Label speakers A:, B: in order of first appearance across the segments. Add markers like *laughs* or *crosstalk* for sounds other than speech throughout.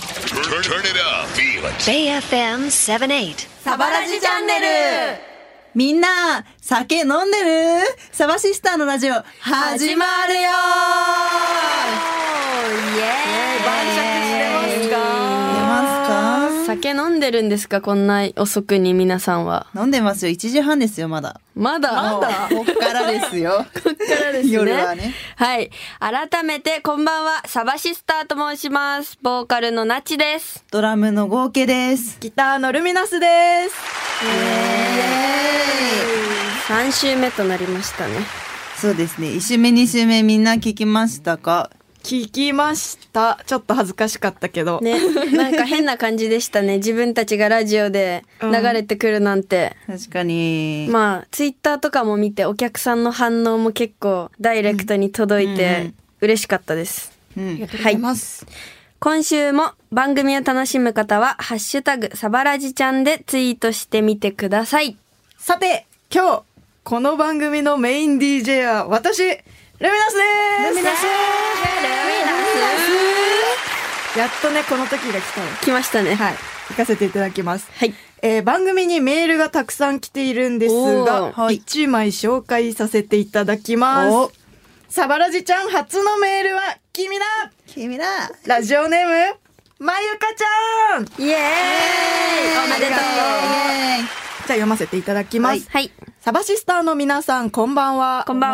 A: Turn, turn it up. Feel it.
B: JFM 78.
C: サバラジチャンネルみんな、酒飲んでるサバシスターのラジオ、始まるよ
D: 晩酌して
C: 出
D: ま
C: ます
D: すか酒飲んでるんですかこんな遅くに皆さんは。
C: か飲んでますよ。1時半ですよ、まだ。
D: まだ。
C: こっから *laughs* ですよ。こっから
D: ですね
C: 夜はね。
D: はい。改めて、こんばんは。サバシスターと申します。ボーカルのナチです。
C: ドラムの合計です。
E: ギターのルミナスです。
D: 3週目となりましたね。
C: そうですね。1週目、2週目みんな聞きましたか
E: 聞きました。ちょっと恥ずかしかったけど。
D: ね。なんか変な感じでしたね。自分たちがラジオで流れてくるなんて。
C: 確かに。
D: まあ、ツイッターとかも見て、お客さんの反応も結構ダイレクトに届いて、嬉しかったです。
C: うん。
E: ありがとうございます。
D: 今週も番組を楽しむ方は、ハッシュタグ、サバラジちゃんでツイートしてみてください。
E: さて、今日、この番組のメイン DJ は私、ルミナスですルミナスやっとね、この時が来たよ。
D: 来ましたね。
E: はい。行かせていただきます。
D: はい。
E: えー番組にメールがたくさん来ているんです
D: お
E: が、
C: ーはい
E: 1枚紹介させていただきま
C: お
E: す。サバラジちゃん初のメールは君だ
C: 君だ
E: ラジオネーム、まゆかちゃんじ
D: イエーイおめで
C: イ
D: とう
C: エーイ
E: ゃあ読ませていただきます。
D: はい。
E: サバシスターの皆さん、こんばんは。
D: こんばん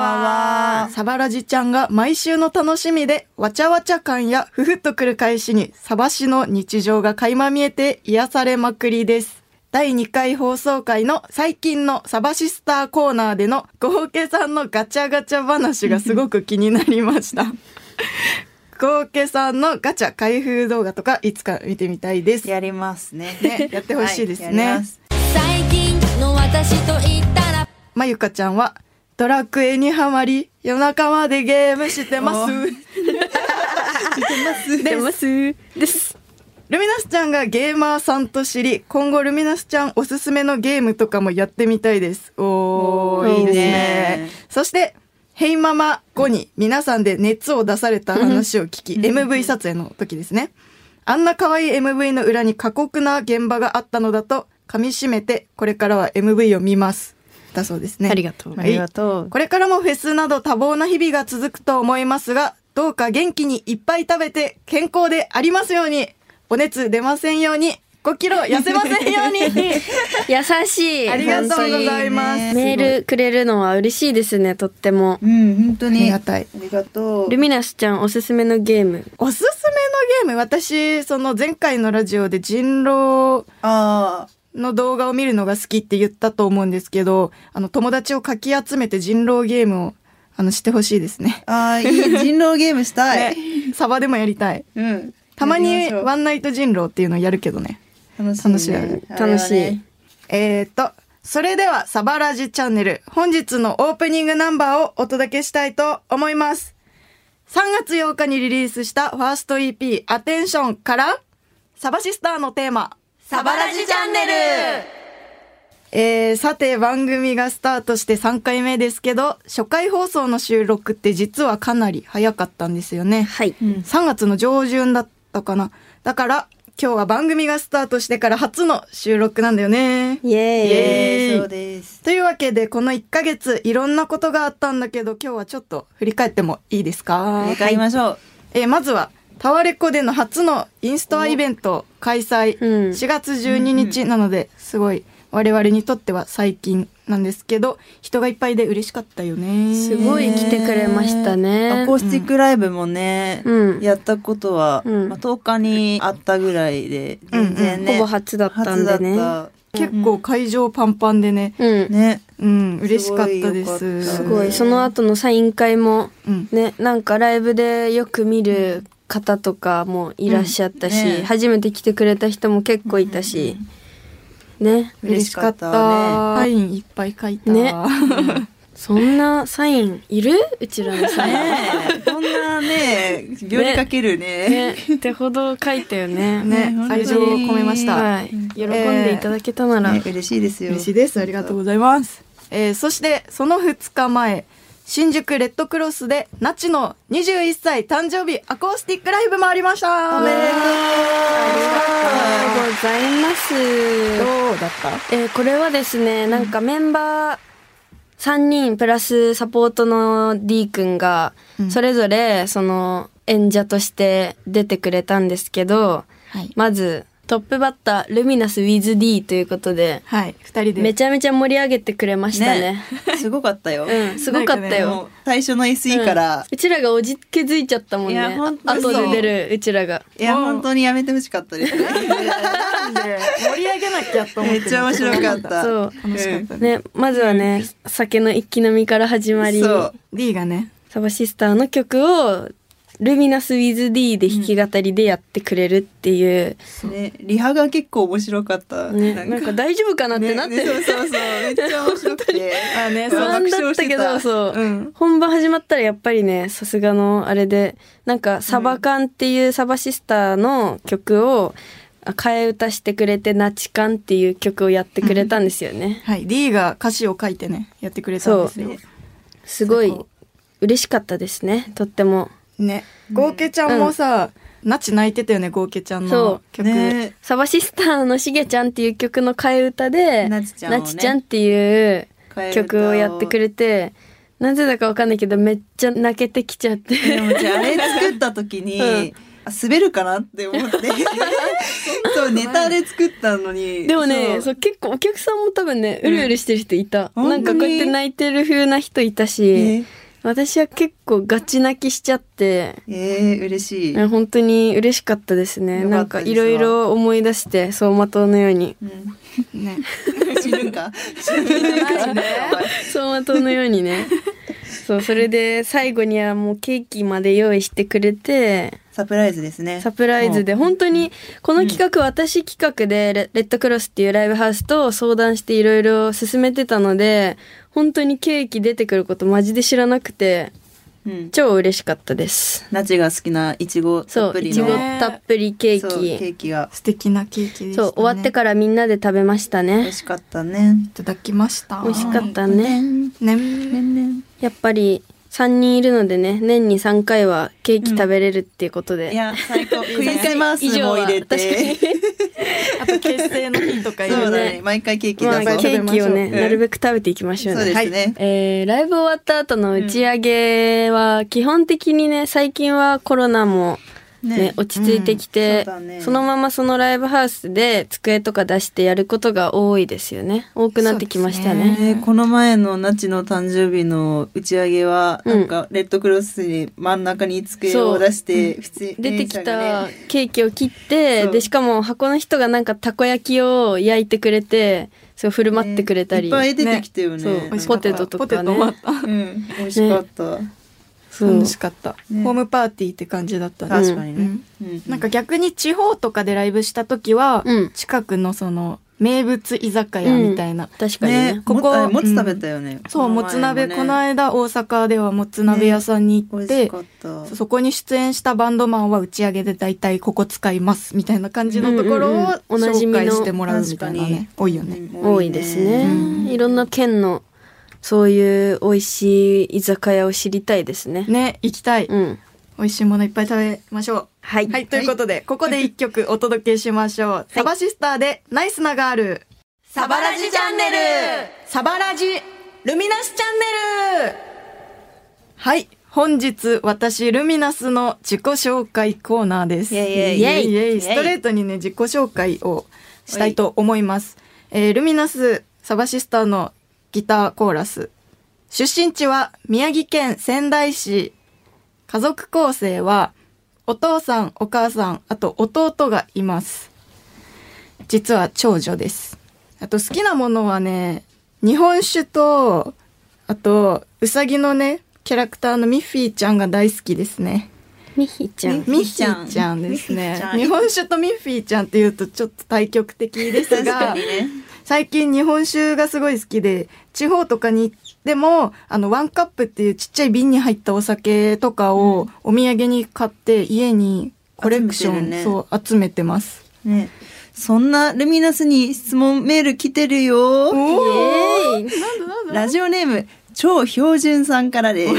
D: は。
E: サバラジちゃんが毎週の楽しみで、わちゃわちゃ感やふふっとくる返しに、サバシの日常が垣間見えて癒されまくりです。第2回放送回の最近のサバシスターコーナーでの合計さんのガチャガチャ話がすごく気になり
D: *laughs*
E: ました。合計さんのガチャ開封動画とかいつか見てみたいです。
C: やりますね。 *laughs*
E: ねやってほしいですね
C: はやります
F: 最近の私と言ったら
E: まゆかちゃんは、ドラクエにハマり、夜中までゲームしてます。
D: 出ます。です。
E: ルミナスちゃんがゲーマーさんと知り、今後ルミナスちゃんおすすめのゲームとかもやってみたいです。お
C: おー
E: ー、いいです
C: いい
E: ね
C: ね。
E: そして、ヘイママ後に皆さんで熱を出された話を聞き、MV 撮影の時ですね。あんな可愛い MV の裏に過酷な現場があったのだと噛み締めて、これからは MV を見ます。だそうですね。
D: ありがとう
E: は
C: あ
E: い
C: りがとう。
E: これからもフェスなど多忙な日々が続くと思いますが、どうか元気にいっぱい食べて健康でありますように、お熱出ませんように、5キロ痩せませんように。
D: 優しい。
E: ありがとうございます
D: 本当にメールくれるのは嬉しいですね、とっても。
C: うん、本当に。
E: ありがたい
C: ありがとう。
D: ルミナスちゃんおすすめのゲーム。
E: おすすめのゲーム、私、その前回のラジオで人狼
C: ああ。
E: の動画を見るのが好きって言ったと思うんですけど、あの友達をかき集めて人狼ゲームをあのしてほしいですね。
C: ああ、いい。人狼ゲームしたい。
D: *laughs*
E: ねサバでもやりたい。
C: うん。
E: たま
C: や
E: に
C: りましょう
E: ワンナイト人狼っていうのやるけどね。
C: 楽しいね、あれはね
D: 楽しい。
E: えー、と、それではサバラジチャンネル、本日のオープニングナンバーをお届けしたいと思います。3月8日にリリースしたファースト EP、アテンションから、サバシスターのテーマ、
C: サバラジチャンネル
E: えー、さて番組がスタートして3回目ですけど、初回放送の収録って実はかなり早かったんですよね。
D: はい。
E: 3月の上旬だったかな。だから、今日は番組がスタートしてから初の収録なんだよね。
D: イエーイ。
E: イエーイ
C: そうです。
E: というわけでこの1ヶ月いろんなことがあったんだけど今日はちょっと振り返ってもいいですか
C: 振り返りましょう。
E: えーまずはタワレコでの初のインストアイベント開催、
D: うん
E: 4月12日なのですごい我々にとっては最近なんですけど人がいっぱいで嬉しかったよね
D: すごい来てくれましたね
C: アコースティックライブもね、
D: うん
C: やったことは、
D: うん
C: まあ、10日にあったぐらいで、全然ね、
D: ほぼ初だったんでね
C: 初だっ
E: 結構会場パンパンでね
D: うん
C: た。。ね。
E: うん嬉しかった
C: ごいよ
E: です
C: かった
D: すごい。その後のサイン会も、
E: うん
D: ね、なんかライブでよく見る方とかもいらっしゃったし、
C: うんね
D: 初めて来てくれた人も結構いたし、ね、
C: 嬉
E: 嬉
C: し
E: し
C: か
E: か
C: っ
E: った
C: ね
E: たサインいっぱい書いた、
D: ねそんなサインいるうちらのサイン。
C: ね *laughs* こんなね、料理かけるね。
D: *laughs* ね、ってほど書いたよね。
E: ね
C: ね
E: 愛情を込めました、
D: はい。喜んでいただけたなら、
C: ね嬉しいですよ。
E: 嬉しいです。ありがとうございます。えーそして、その2日前、新宿レッドクロスで、ナチの21歳誕生日アコースティックライブもありました。おめでとう。ありがとう。
D: です。
E: どうだった
D: えーこれはですね、なんかメンバー3人プラスサポートの D 君が、それぞれその演者として出てくれたんですけど、
E: はい
D: まずトップバッタールミナス WithD ということで、
E: はい、二人で。
D: めちゃめちゃ盛り上げてくれましたね。
C: すごかったよ。 *laughs*
D: うん、すごかったよ。
C: もう最初の SE から、
D: うんうちらがおじけづいちゃったもん
C: いや
D: ね
C: ほん。と
D: あ後
C: そう
D: で出るうちらが。
C: いや
E: もう
C: 本当にやめてほしかったですね。
E: なんで盛り上げなきゃと思っ
C: め
E: てる。
C: っちゃ面白かった。
D: そう
E: 楽しかったね。
D: ね、まずはね、酒の一気飲みから始まり、
C: そう
E: D がね、
D: サバシスターの曲をルミナス・ウィズ・ディで弾き語りでやってくれるっていう、
C: うんねリハが結構面白かった。
D: ね、なんか大丈夫かなって
C: ね
D: なって
C: ね
D: る、
C: そうそうそうめっちゃ面白くて。
E: あね、
D: 不
E: そう
D: 安だったけどそう、
E: うん
D: 本番始まったらやっぱりねさすがのあれでなんか「サバカン」っていうサバシスターの曲をあ替え歌してくれて「ナチカン」っていう曲をやってくれたんですよね。
E: はい、D が歌詞を書いてね、やってくれたんですよ。
D: すご
E: す
D: い
E: ごい
D: 嬉しかったですねとっても。
E: ね、ゴーケちゃんもさ、ナチ泣いてたよね、ゴーケちゃんの曲。
C: ね
D: サバシスターのしげちゃんっていう曲の替え歌で、
C: なちちゃんをね
D: なちちゃんっていう
C: 替え歌を
D: 曲をやってくれて、なぜだかわかんないけどめっちゃ泣けてきちゃって。
C: でもじゃああれ作った時に、
D: *laughs* うん
C: あ滑るかなって思って
D: *laughs*
C: そうネタで作ったのに
D: でもね
C: そ
D: そうう結構お客さんも多分ねうるうるしてる人いた、
C: うん
D: なんかこうやって泣いてる風な人いたし、
C: え
D: 私は結構ガチ泣きしちゃって
C: えー、嬉しい、
D: え本当に嬉しかったです
C: よ
D: ね
C: か
D: な
C: っ
D: ん
C: た
D: か
C: です
D: いろいろ思い出して走馬灯のよう
C: *laughs*
D: に
C: うん
E: ね、
C: 死ぬか死ぬか
D: 走馬灯のようにねそうそれで最後にはもうケーキまで用意してくれて
C: サプライズですね
D: *laughs* サプライズで本当にこの企画私企画でレレッドクロスっていうライブハウスと相談していろいろ進めてたので本当にケーキ出てくることマジで知らなくて
C: うん
D: 超嬉しかったです
C: ナチが好きないちごた
D: そ
C: っぷ
D: うい
C: り
D: ち
C: の
D: ごたっぷりケー
C: そうケ
D: キ
C: ーキが
E: 素敵なケーキでした、
D: そ
E: ね。
D: う終わってからみんなで食べました
C: 美
D: ね
C: 味しかったね
E: いただきました。
D: 美味しかったね *laughs*
E: ね、
C: ね
D: やっぱり3人いるのでね年に3回はケーキ食べれるっていうことで、
C: いや最高クリスマス
D: 以上
C: も
D: は
C: 入れて
D: 確かに
E: あと結成の日とかい
C: そう
E: ろい
C: だ
E: ろ。
C: ね毎回ケーキ出
D: ま
C: そう、
D: あ、ケーキをね、
C: ん
D: なるべく食べていきましょうね。
C: そうですね
D: はいえーライブ終わった後の打ち上げは、基本的にね、最近はコロナも、ね
C: ね
D: 落ち着いてき
C: うん
D: て、
C: そうだね
D: のままそのライブハウスで机とか出してやることが多いですよね。多くなってきました
E: そうです
D: ね。
C: ねこの前のナチの誕生日の打ち上げは、
D: うん
C: なんかレッドクロスに真ん中に机を出して、普通
D: 出てき
C: 店員さん
D: た
C: がね
D: ケーキを切って、
C: そう
D: で、しかも箱の人がなんかたこ焼きを焼いてくれて、そう振る舞ってくれたり。
C: いっぱい出てきたよね
D: ね
E: 美味しかった
D: ポテトとかね
E: ポテトもあった。
C: うん、美味しかった、
D: そう
E: 楽しかった、
C: ね
E: ホームパーティーって感じだったね
C: 確かにね、うん
E: なんか逆に地方とかでライブした時は、
D: うん
E: 近くのその名物居酒屋みたいな、
D: 確かにね
C: ねこ
E: ここ
C: こもつ食べたよね、
E: そうも
C: 前
E: つ鍋、
C: ね
E: この間大阪ではもつ鍋屋さんに行
C: 美
E: っ、
C: 味してかった
E: そそこに出演したバンドマンは打ち上げで大体ここ使いますみたいな感じのところを
D: うんうんうんおなじ
E: 紹
D: みの
E: 介してもらうみたいなね多いよね、
C: うん
D: 多いですね、
E: うん
D: いろんな県のそういう美味しい居酒屋を知りたいですね
E: ね行きたい、
D: うん
E: 美味しいものいっぱい食べましょう
D: はい、
E: はい、ということで、ここで一曲お届けしましょう。サバシスターで、ナイスなガール。サバラジチャンネルサバラジ、ルミナスチャンネルはい、本日、私、ルミナスの自己紹介コーナーです。
C: イェイ
D: イェイ
E: イェイイェイストレートにね、自己紹介をしたいと思います。えールミナス、サバシスターのギターコーラス。出身地は宮城県仙台市家族構成はお父さんお母さんあと弟がいます実は長女ですあと好きなものはね日本酒とあとうさぎのねキャラクターのミッフィーちゃんが大好きですね
D: ミヒちゃん
E: ミッフィーちゃんです
C: ミッフィー
E: ね
C: ちゃん
E: 日本酒とミッフィーちゃんっていうとちょっと対極的です
C: 確か
E: が
C: *laughs* にね
E: 最近日本酒がすごい好きで地方とかに行ってもあのワンカップっていうちっちゃい瓶に入ったお酒とかをお土産に買って家にコレクショ
C: 集めて
E: ン
C: るね
E: そう集めてます。
C: ねそんなルミナスに質問メール来てるよ
D: イエーイ
C: ラジオネーム超標準さんからです。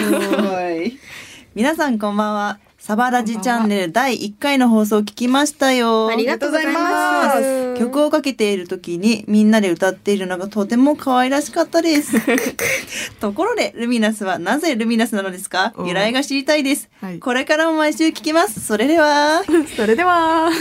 C: 皆さんこんばんは。サバラジチャンネル第1回の放送を聞きましたよ。
D: ありがとうございます。
C: 曲をかけている時にみんなで歌っているのがとても可愛らしかったですところでルミナスはなぜルミナスなのですか
E: お
C: 由来が知りたいです、
E: はい
C: これからも毎週聞きますそれでは
E: *laughs* それでは。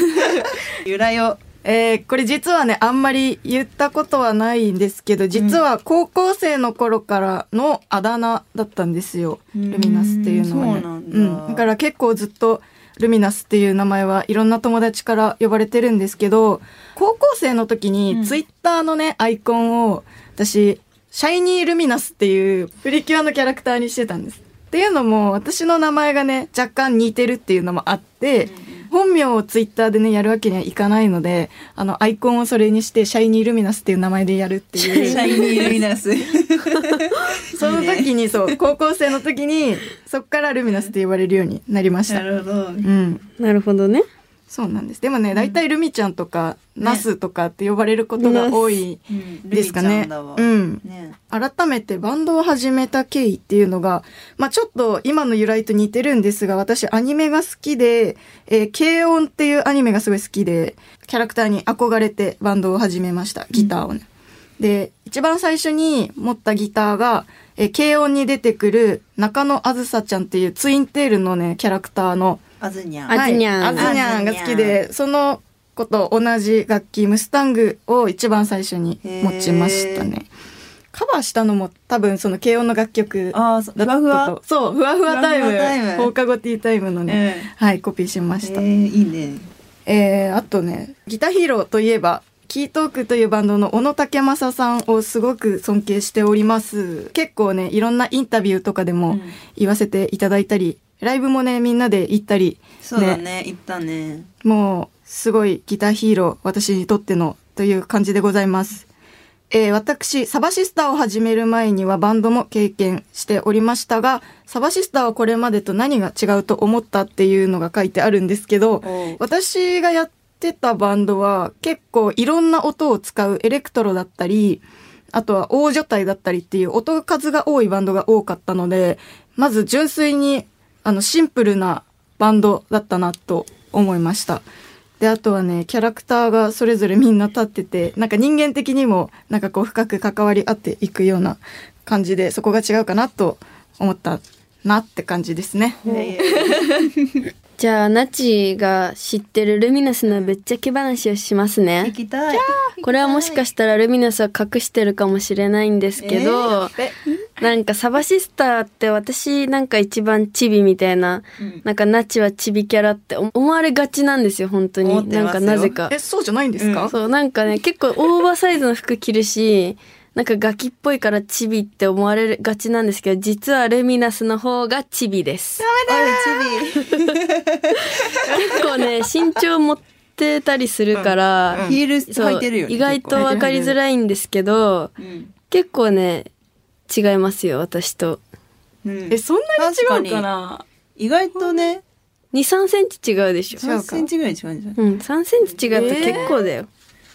C: 由来を
E: えーこれ実はねあんまり言ったことはないんですけど実は高校生の頃からのあだ名だったんですよ、
C: うん
E: ルミナスっていうのは、ね
C: そうなんだ
E: うだから結構ずっとルミナスっていう名前はいろんな友達から呼ばれてるんですけど高校生の時
C: うん
E: にツイッターのね、アイコンを私シャイニールミナスっていうプリキュアのキャラクターにしてたんです。っていうのも私の名前がね若干似てるっていうのもあって、本名をツイッターでねやるわけにはいかないのであのアイコンをそれにしてシャイニールミナスっていう名前でやるって
C: *laughs* シ
E: いう
C: ャイニールミナス
E: その時にそう高校生の時にそっからルミナスって呼ばれるようになりました。
C: るほど
E: うん
D: なるほどね。
E: そうなんです。でもね、大体ルミちゃんとか、ナスとかって呼ばれることが多い
C: うん
E: ですか
C: ルミちゃ
E: ね
C: ん。だわ
E: うん。
C: ね
E: 改めてバンドを始めた経緯っていうのが、まあ、ちょっと今の由来と似てるんですが私アニメが好きで「えー軽音」っていうアニメがすごい好きでキャラクターに憧れてバンドを始めましたギターをね。で一番最初に持ったギターが、えー軽音に出てくる中野あずさちゃんっていうツインテールのねキャラクターの
C: あずにゃん
D: あアズニャン
E: はいアズニャンが好きで、その子と同じ楽器、ムスタングを一番最初に持ちましたね。カバーしたのも多分その軽音の楽曲だっ
C: あーそうふわ
E: たと。
C: ふわ
E: そう、ふわふわタイム。
C: ふわふわタイム
E: 放課後ティータイムのね。
C: え
E: はい、コピーしま
C: え
E: した。
C: ーいいね
E: えーあとねギターヒーローといえばキートークというバンドの小野武正さんをすごく尊敬しております結構ねいろんなインタビューとかで
C: う
E: も
C: ん
E: 言わせていただいたり、ライブもねみんなで行ったり
C: そうだね行ったね
E: もうすごいギターヒーロー私にとってのという感じでございます。えー私サバシスターを始める前にはバンドも経験しておりましたがサバシスターはこれまでと何が違うと思ったっていうのが書いてあるんですけど
C: おう
E: 私がやってたバンドは結構いろんな音を使うエレクトロだったりあとは大所帯だったりっていう音数が多いバンドが多かったのでまず純粋にあのシンプルなバンドだったなと思いました。であとはねキャラクターがそれぞれみんな立っててなんか人間的にもなんかこう深く関わり合っていくような感じでそこが違うかなと思ったなって感じですね。
D: じゃあナチが知ってるルミナスのぶっちゃけ話をします
C: 行
D: ね。
C: きたい
D: これはもしかしたらルミナスは隠してるかもしれないんですけど、
E: で
D: なんかサバシスターって私なんか一番チビみたいな、
C: うん
D: なんかナチはチビキャラって思われがちなんですよ本当
C: 思っ
D: に。
C: て
D: なん
C: ます
D: か
C: よ
D: なぜか。
E: えそうじゃないんですか、
D: そうなんかね結構オーバーサイズの服着るしなんかガキっぽいからチビって思われがちなんですけど実はルミナスの方がチビです
C: おいチビ
D: 結構ね身長持ってたりするから、
E: うん
C: ヒール
D: そう
C: 履いてるよね
D: 意外と分かりづらいんですけど
C: うん
D: 結構ね違いますよ私と
C: うん
E: えそんなに違うか
C: 確か
E: な
C: に意外とね
D: 23センチ違うでしょ
E: 違
C: 3
E: うか
C: センチぐらい違うんじゃない
D: うん3センチ違って結構だよ、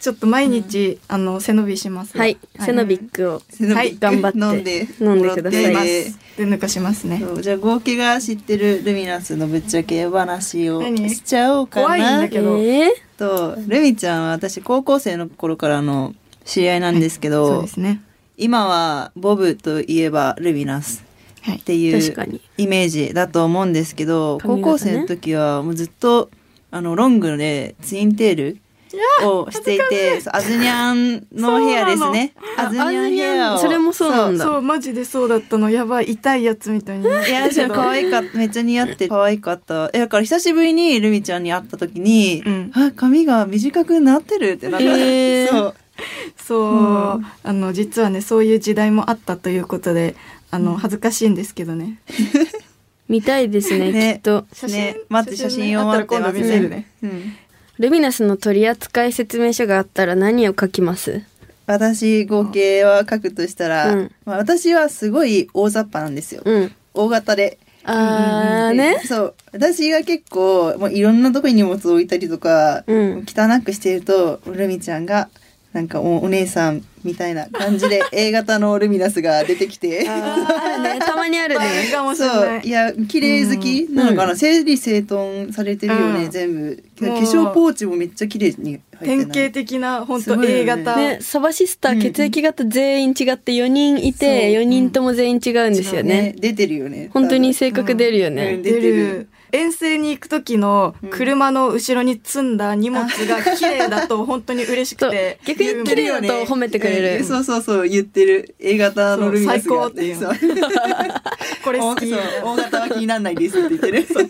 E: ちょっと毎日、あの背伸びします
D: はいセノビックを
C: 背伸び
E: はい
D: 頑張って
C: 飲んで
D: 飲んでください
E: で
C: もらっ
E: ま
C: て
E: すで抜かしますね
C: そうじゃあ合計が知ってるルミナスのぶっちゃけ話を
E: 何
C: しちゃおうかな
E: 怖いんだけ
D: え
E: ど
D: ー、
C: とルミちゃんは私高校生の頃からの知り合いなんですけど、
E: そうですね
C: 今はボブといえばルミナス
E: は
C: っ
E: い
C: てい
D: 確か
C: う
D: に
C: イメージだと思うんですけど、高
D: 髪型ね
C: 校生の時はもうずっとあのロングでツインテールをしていてそうアズニャンのヘアですね
D: そう
C: ア
D: な
C: ズ
D: の
C: ニャンヘア
D: あア
C: を
D: ズニャンそれもそうなんだ
E: そうマジでそうだったのやばい痛いやつみたいに
C: *laughs* い
D: *laughs*
C: やでも可愛かっためっちゃ似合って可愛かったえだから久しぶりにルミちゃんに会った時に、
E: うん
C: あ髪が短くなってるってなった、
D: え
C: *laughs*
D: ー
C: そう
E: そう、
C: うん
E: あの実はねそういう時代もあったということであの恥ずかしいんですけどね
D: 見たいですね
C: ね
D: きっと
E: 写真
C: ね待って写真を待ってます
E: あったら今度見せるね
C: うん
D: ルミナスの取扱説明書があったら何を書きます
C: 私合計は書くとしたら、
D: うん
C: まあ、私はすごい大雑把なんですよ、
D: うん。
C: 大型で
D: あーね。
C: そう私が結構もういろんなとこに荷物を置いたりとか、
D: うん
C: 汚くしてるとルミちゃんがなんかおお姉さんみたいな感じ
D: *laughs*
C: で A 型のルミナスが出てきて
D: あるね *laughs* たまにある
E: いい
D: ね
E: かもしれ
C: そ
E: な
C: う
E: い
C: いや綺麗好きなのかな、整理整頓されてるよね、
E: うん
C: 全部化
E: もう
C: 粧ポーチもめっちゃ綺麗に入って
E: 典
C: ない
E: 型的な本
C: す
E: 当
C: ごいよね
E: A 型、
D: ねサバシスター血液型全員違って4人い
C: そう
D: て4人とも全員違うんですよね
C: 出てるよね
D: 本当に性格出るよ
C: う
D: ね
C: ん
E: 出る遠征に行く時の車の後ろに積んだ荷物が綺麗だと本当に嬉し
D: そ
E: く
D: う
E: て
D: 逆に綺麗だと褒めてくれ
C: うん
D: る
C: そうそうそう言ってる A 型のルミナスが
E: そう最高っていう
C: そう
E: これ好き
C: そう大 *laughs* 型は気にならないですって言ってるそう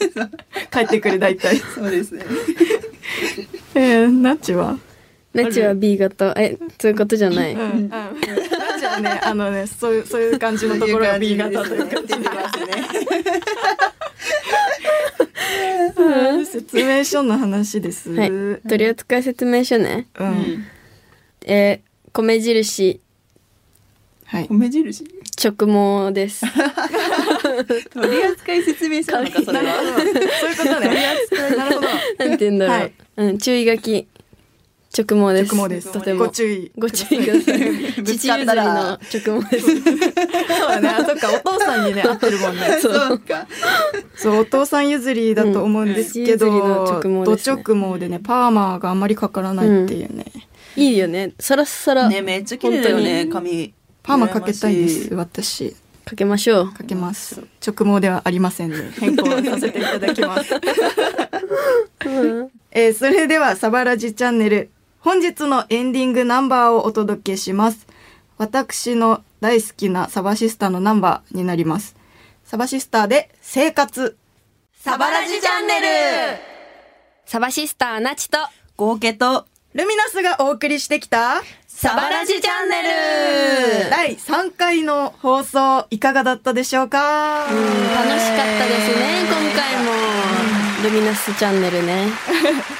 E: 帰ってくる大体
C: そうですね
E: *laughs* えー、ナッチは
D: ナチは B 型えそういうことじゃない
E: うん、うん、ナッチはねあのねそういうそういう感じのところが B 型というか
C: 出てますね
E: *laughs* 説明書の話です、
D: はい
E: うん
D: 取扱説明書ねえー米印
E: はい
C: 米印
D: 直毛 *laughs* です
C: 取扱説明書なのかそれ
E: なる
C: は
E: ほどそういうことね *laughs* なるほど
D: なんて言うんだろう、
E: はい
D: うん、注意書き直毛です
E: 直毛です
D: とても
E: ご注意
D: ご注意ください
C: ぶ
D: 父
C: つか
D: 譲り
C: った
D: の
C: ら
D: 直毛です
E: そうだねあそっかお父さんにね合ってるもんね
C: そうか
E: そうお父さん譲りだと思うんですけど、
D: うん父譲りの直毛ですね
E: ド直毛でねパーマーがあんまりかからないっていうね、
D: いいよねサラッサラ
C: ねめっちゃ綺麗だよね髪
E: パーマかけたいで
C: 羨
E: す
C: まし
E: 私
D: かけましょう
E: かけます直毛ではありませんね変更させていただきます、 *laughs* えーそれではサバラジチャンネル本日のエンディングナンバーをお届けします私の大好きなサバシスターのナンバーになりますサバシスターで生活サバラジチャンネル
D: サバシスターナチと
C: 合計と
E: ルミナスがお送りしてきた
C: サバラジチャンネル
E: 第3回の放送いかがだったでしょうか
D: 楽しかったですね今回もルミナスチャンネルね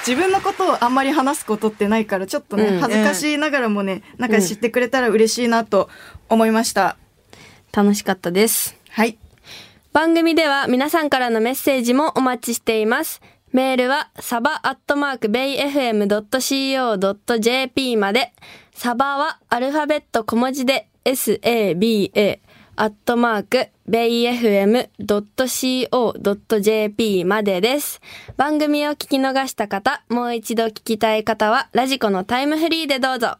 E: 自分のことをあんまり話すことってないからちょっとね、
D: うん
E: 恥ずかしいながらもねなんか知ってくれたら嬉しいなと思いました、
D: 楽しかったです
E: はい
D: 番組では皆さんからのメッセージもお待ちしています。メールはサバアットマークベイ FM.co.jp まで。サバはアルファベット小文字で saba アットマークベイ FM.co.jp までです。番組を聞き逃した方、もう一度聞きたい方はラジコのタイムフリーでどうぞ。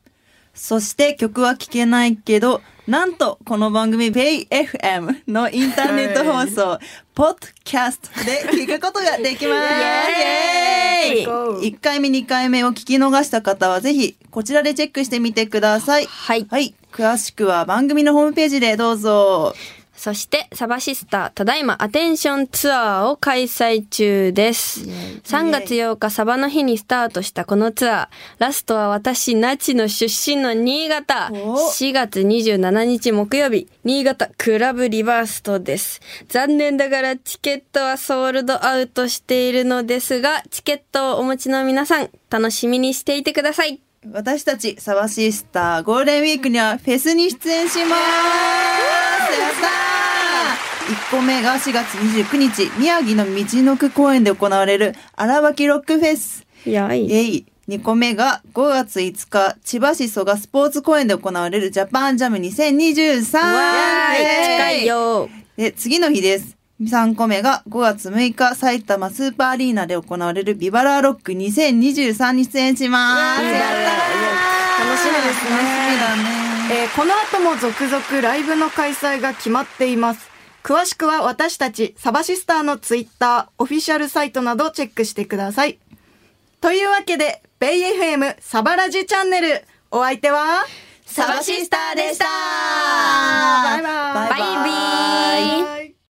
C: そして曲は聴けないけど、なんとこの番組 PayFM のインターネット放送、ポッドキャストで聞くことができます。
D: イエーイ
C: イエーイ !1 回目、2回目を聞き逃した方はぜひこちらでチェックしてみてください。
D: はい
C: はい。詳しくは番組のホームページでどうぞ。
D: そして、サバシスター、ただいまアテンションツアーを開催中です。3月8日、サバの日にスタートしたこのツアー。ラストは私、那智の出身の新潟。
C: お
D: 4月27日木曜日、新潟クラブリバーストです。残念ながらチケットはソールドアウトしているのですが、チケットをお持ちの皆さん、楽しみにしていてください。
C: 私たち、サバシスター、ゴールデンウィークにはフェスに出演しますやったー !1 個目が4月29日、宮城の道の区公園で行われる荒脇ロックフェス。
D: や
C: イ
D: い。
C: ェイ2個目が5月5日、千葉市蘇我スポーツ公園で行われるジャパンジャム2023
D: わーい
C: イェ、
D: 近いよ。
C: で、次の日です。3個目が5月6日、埼玉スーパーアリーナで行われるビバラーロック2023に出演します。
D: イエーイ
C: やったー
E: 楽しみですね
C: 楽しみだね。
E: えーこの後も続々ライブの開催が決まっています。詳しくは私たちサバシスターのツイッター、オフィシャルサイトなどをチェックしてください。というわけで、ベイ FM サバラジチャンネル、お相手は、
C: サバシスターでした
E: バイバイ